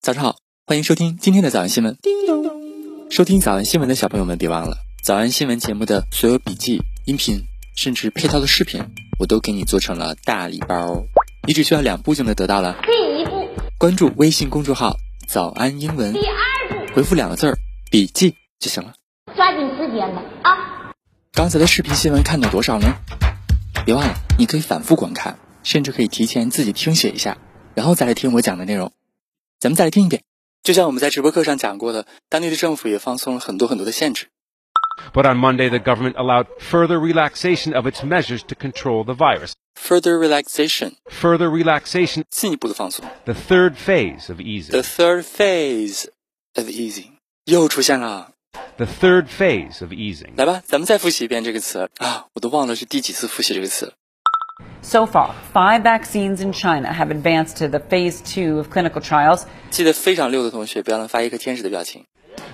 早上好，欢迎收听今天的早安新闻。收听早安新闻的小朋友们，别忘了早安新闻节目的所有笔记、音频，甚至配套的视频，我都给你做成了大礼包，你只需要两步就能得到了。第一步，关注微信公众号“早安英文第”，二步，回复两个字儿“笔记”就行了。抓紧时间吧啊！刚才的视频新闻看到多少呢？别忘了，你可以反复观看，甚至可以提前自己听写一下，然后再来听我讲的内容。咱们再来听一遍。就像我们在直播课上讲过的，当地的政府也放松了很多很多的限制。 But on Monday, the government allowed further relaxation of its measures to control the virus. Further relaxation， Further relaxation, 进一步的放松。 the third phase of The easing. third phase of easing 又出现了。 The third phase of easing. 来吧，咱们再复习一遍这个词啊！我都忘了是第几次复习这个词。 So far, five vaccines in China have advanced to the phase two of clinical trials. 记得非常溜的同学，不要乱发一颗天使的表情。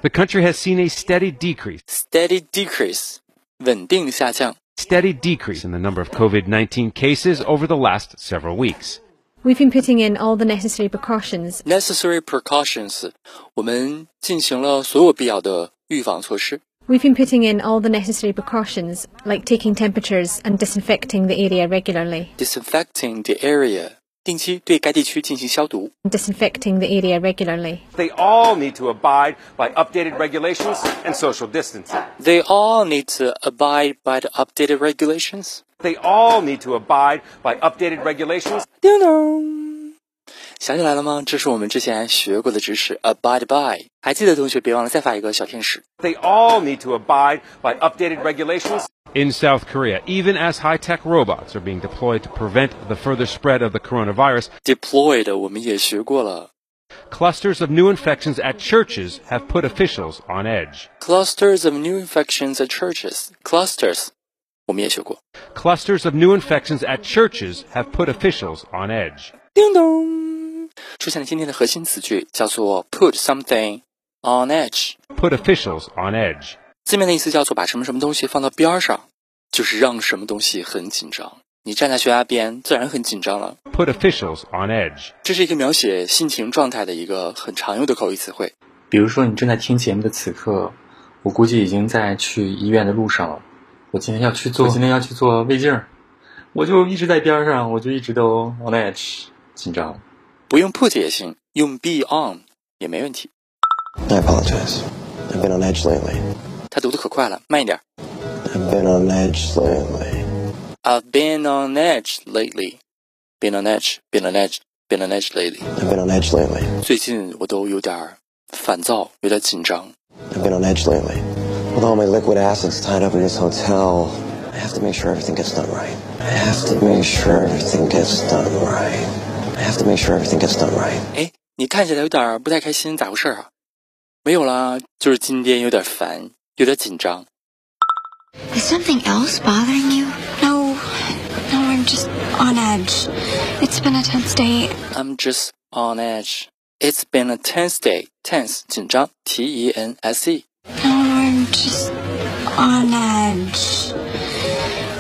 The country has seen a steady decrease, Steady decrease，稳定下降。 steady decrease in the number of COVID 19 cases over the last several weeks. We've been putting in all the necessary precautions. Necessary precautions，我们进行了所有必要的预防措施。 We've been putting in all the necessary precautions, like taking temperatures and disinfecting the area regularly. Disinfecting the area，定期对该地区进行消毒。 Disinfecting the area regularly. They all need to abide by updated regulations and social distancing. They all need to abide by the updated regulations. They all need to abide by updated regulations. 叮咚，想起来了吗？这是我们之前学过的知识，abide by。还记得的同学，别忘了再发一个小天使。 They all need to abide by updated regulations. In South Korea, even as high tech robots are being deployed to prevent the further spread of the coronavirus, Deployed，我们也学过了。 clusters of new infections at churches have put officials on edge. Clusters of new infections at churches. Clusters，我们也学过。 Clusters of new infections at churches have put officials on edge. 叮咚，出现了今天的核心词句，叫做 put something on edge。 Put officials on edge. 字面的意思叫做把什么什么东西放到边儿上，就是让什么东西很紧张。你站在悬崖边，自然很紧张了。 Put officials on edge. 这是一个描写心情状态的一个很常用的口语词汇。比如说，你正在听节目的此刻，我估计已经在去医院的路上了。我今天要去做，我今天要去做胃镜儿，我就一直在边儿上，我就一直都 on edge，紧张。不用 put 也行，用 be on 也没问题。 I apologize. I've been on edge lately. 他读的可快了，慢一点。 I've been on edge lately. I've been on edge lately. Been on edge, been on edge, been on edge lately. I've been on edge lately. 最近我都有点儿烦躁，有点紧张。 I've been on edge lately. With all my liquid assets tied up in this hotel, I have to make sure everything gets done right. I have to make sure everything gets done right. I have to make sure everything gets done right. 哎，你看起来有点儿不太开心，咋回事儿啊？没有啦，就是今天有点烦，有点紧张。 Is something else bothering you? No, no, I'm just on edge. It's been a tense day. I'm just on edge. It's been a tense day. Tense 紧张，T E N S E。 No, I'm just on edge.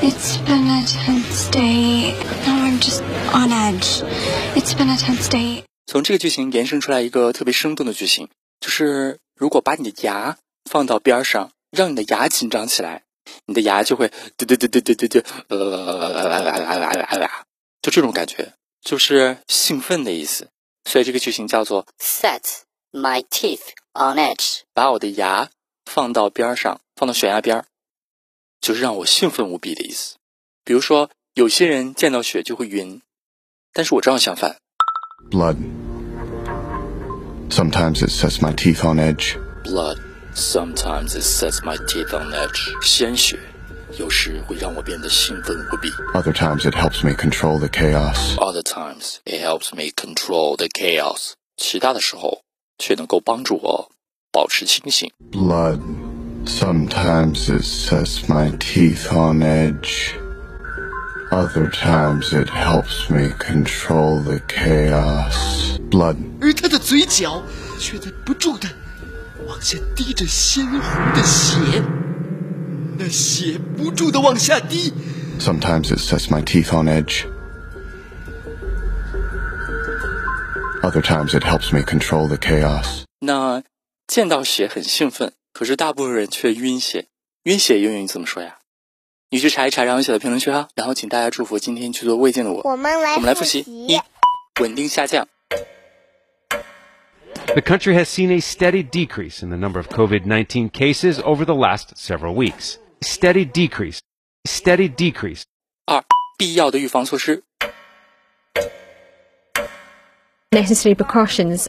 It's been a tense day. No, I'm just on edge. It's been a tense day. 从这个句型延伸出来一个特别生动的句型，就是如果把你的牙放到边儿上，让你的牙紧张起来，你的牙就会嘟嘟嘟嘟嘟嘟嘟，呃，就这种感觉，就是兴奋的意思。所以这个句型叫做 set my teeth on edge. 把我的牙放到边儿上，放到悬崖边儿，就是让我兴奋无比的意思。比如说，有些人见到雪就会晕，但是我正好相反。 Blood. Sometimes it sets my teeth on edge. Blood sometimes it sets my teeth on edge。鲜血有时会让我变得兴奋无比。 Other times it helps me control the chaos. Other times it helps me control the chaos。其他的时候却能够帮助我保持清醒。 Blood. Sometimes it sets my teeth on edge. Other times it helps me control the chaos. Blood. 而他的嘴角却在不住的往下滴着鲜红的血，那血不住的往下滴， Sometimes it sets my teeth on edge. Other times it helps me control the chaos. 那见到血很兴奋，可是大部分人却晕血。晕血英语怎么说呀？你去查一查冉有雪的评论区哈。然后请大家祝福今天去做胃镜的我。我们来我们来复习习：一、稳定下降； The country has seen a steady decrease in the number of COVID 19 cases over the last several weeks. Steady decrease. Steady decrease. 二、必要的预防措施； Necessary precautions.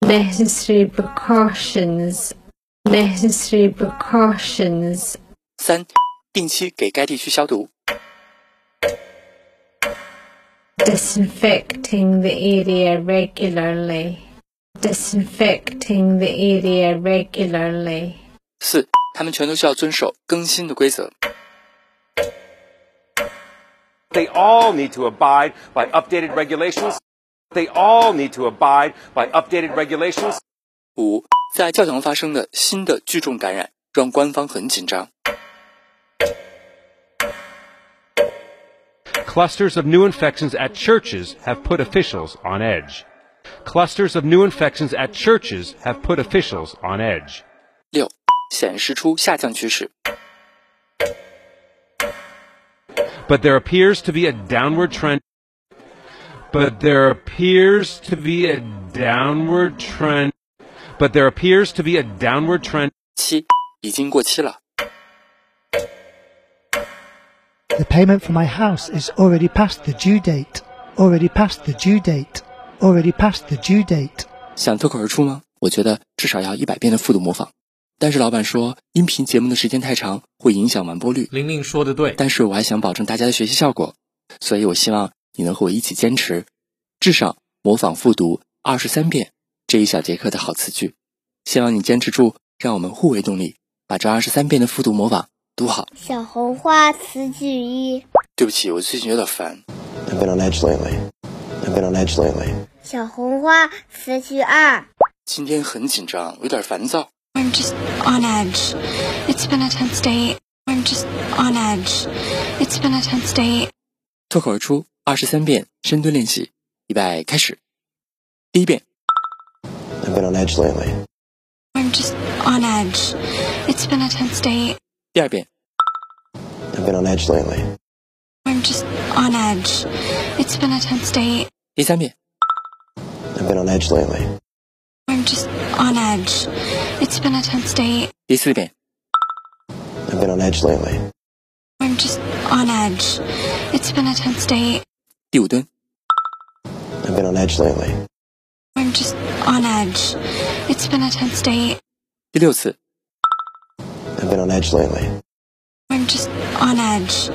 Necessary precautions. Necessary precautions. 三、定期给该地区消毒； Disinfecting the area regularly. Disinfecting the area regularly. 四、他们全都需要遵守更新的规则。 They all need to abide by updated regulations. They all need to abide by updated regulations. 五、在教堂发生的新的聚众感染让官方很紧张。 Clusters of new infections at churches have put officials on edge. Clusters of new infections at churches have put officials on edge. 六、显示出下降趋势。 But there appears to be a downward trend. But there appears to be a downward trend. But there appears to be a downward trend. 七、已经过期了。 The payment for my house is already past the due date. Already past the due date. Already past the due date. 想脱口而出吗？我觉得至少要一百遍的复读模仿。但是老板说，音频节目的时间太长，会影响完播率。玲玲说的对，但是我还想保证大家的学习效果，所以我希望你能和我一起坚持，至少模仿复读二十三遍这一小节课的好词句。希望你坚持住，让我们互为动力，把这二十三遍的复读模仿读好。小红花词句一，对不起，我最近有点烦。 I've been on edge lately. I've been on edge lately. 小红花词句二，今天很紧张，有点烦躁。 I'm just on edge. It's been a tense day. I'm just on edge. It's been a tense day. 脱口而出二十三遍深蹲练习，预备开始。第一遍， I've been on edge lately. I'm just on edge. It's been a tense day. 第二遍， I've been on edge lately. I'm just on edge. It's been a tense day. 第三遍， I've been on edge lately. I'm just on edge. It's been a tense day. 第四遍， I've been on edge lately. I'm just on edge. It's been a tense day. 第五蹲， I've been on edge lately. I'm just on edge. It's been a tense day. 第六次， I've been on edge lately. I'm just on edge.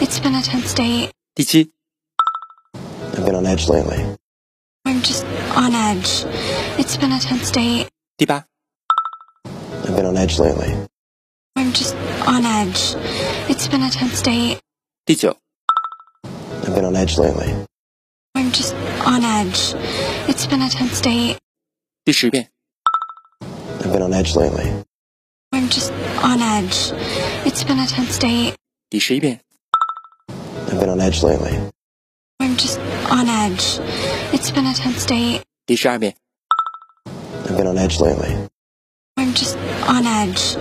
It's been a tense day. 第七、 I've been on edge lately. I'm just on edge. It's been a tense day. 第八、 I've been on edge lately. I'm just on edge. It's been a tense day. 第九、 I've been on edge lately. I'm just on edge. It's been a tense day. 第十遍、 I've been on edge lately. I'm just on edge. It's been a tense day. 第十一遍、 I've been on edge lately. I'm just on edge. It's been a tense day. 第十二遍、 I've been on edge lately. I'm just on edge.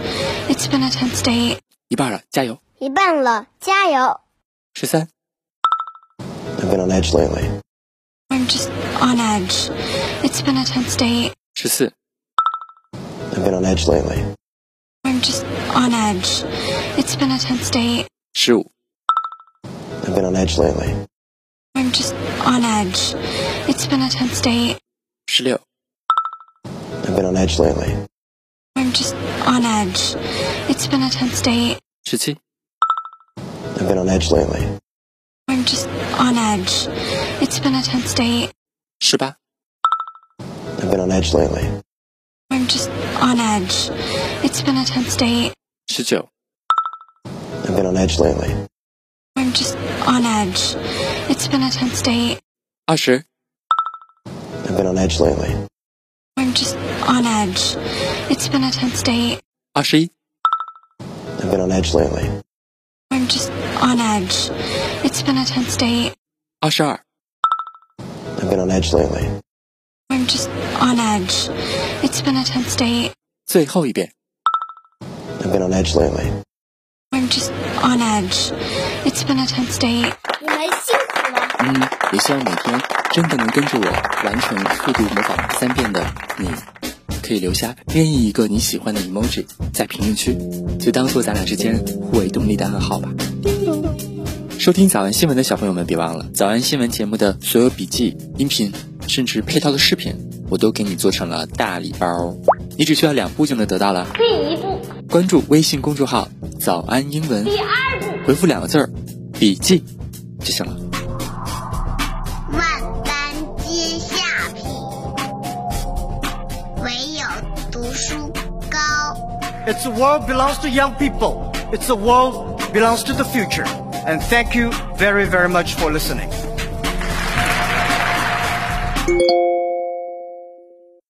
It's been a tense day. 一半了，加油！一半了，加油！十三、 I've been on edge lately. I'm just on edge. It's been a tense day. 十四、 I've been on edge lately. I'm just on edge. It's been a tense day. 十五、 I've been on edge lately. I'm just on edge. It's been a tense day. 十六、 I've been on edge lately. I'm just on edge. It's been a tense day. 十七、 I've been on edge lately. I'm just on edge. It's been a tense day. 十八、 I've been on edge lately. I'm just on edge. It's been a tense day. 十九、 I've been on edge lately. I'm just on edge. It's been a tense day. 二十、 I've been on edge lately. I'm just on edge. It's been a tense day. 二十一、 I've been on edge lately. I'm just on edge. It's been a tense day. 二十二、 I've been on edge lately. I'm just on edge. It's been a tense day. 最后一遍。 I've been on edge lately. I'm just on edge. It's been a tense day. 你们辛苦了。嗯，也希望每天真的能跟着我完成复读模仿三遍的你，可以留下任意一个你喜欢的 emoji 在评论区，就当做咱俩之间互为动力的暗号吧。收听早安新闻的小朋友们，别忘了早安新闻节目的所有笔记、音频，甚至配套的视频，我都给你做成了大礼包，哦你只需要两步就能得到了。第一步，关注微信公众号“早安英文第”，二步，回复两个字儿“笔记”就行了。万般皆下品，唯有读书高。 It's the world belongs to young people. It's the world belongs to the future. And thank you very, very much for listening.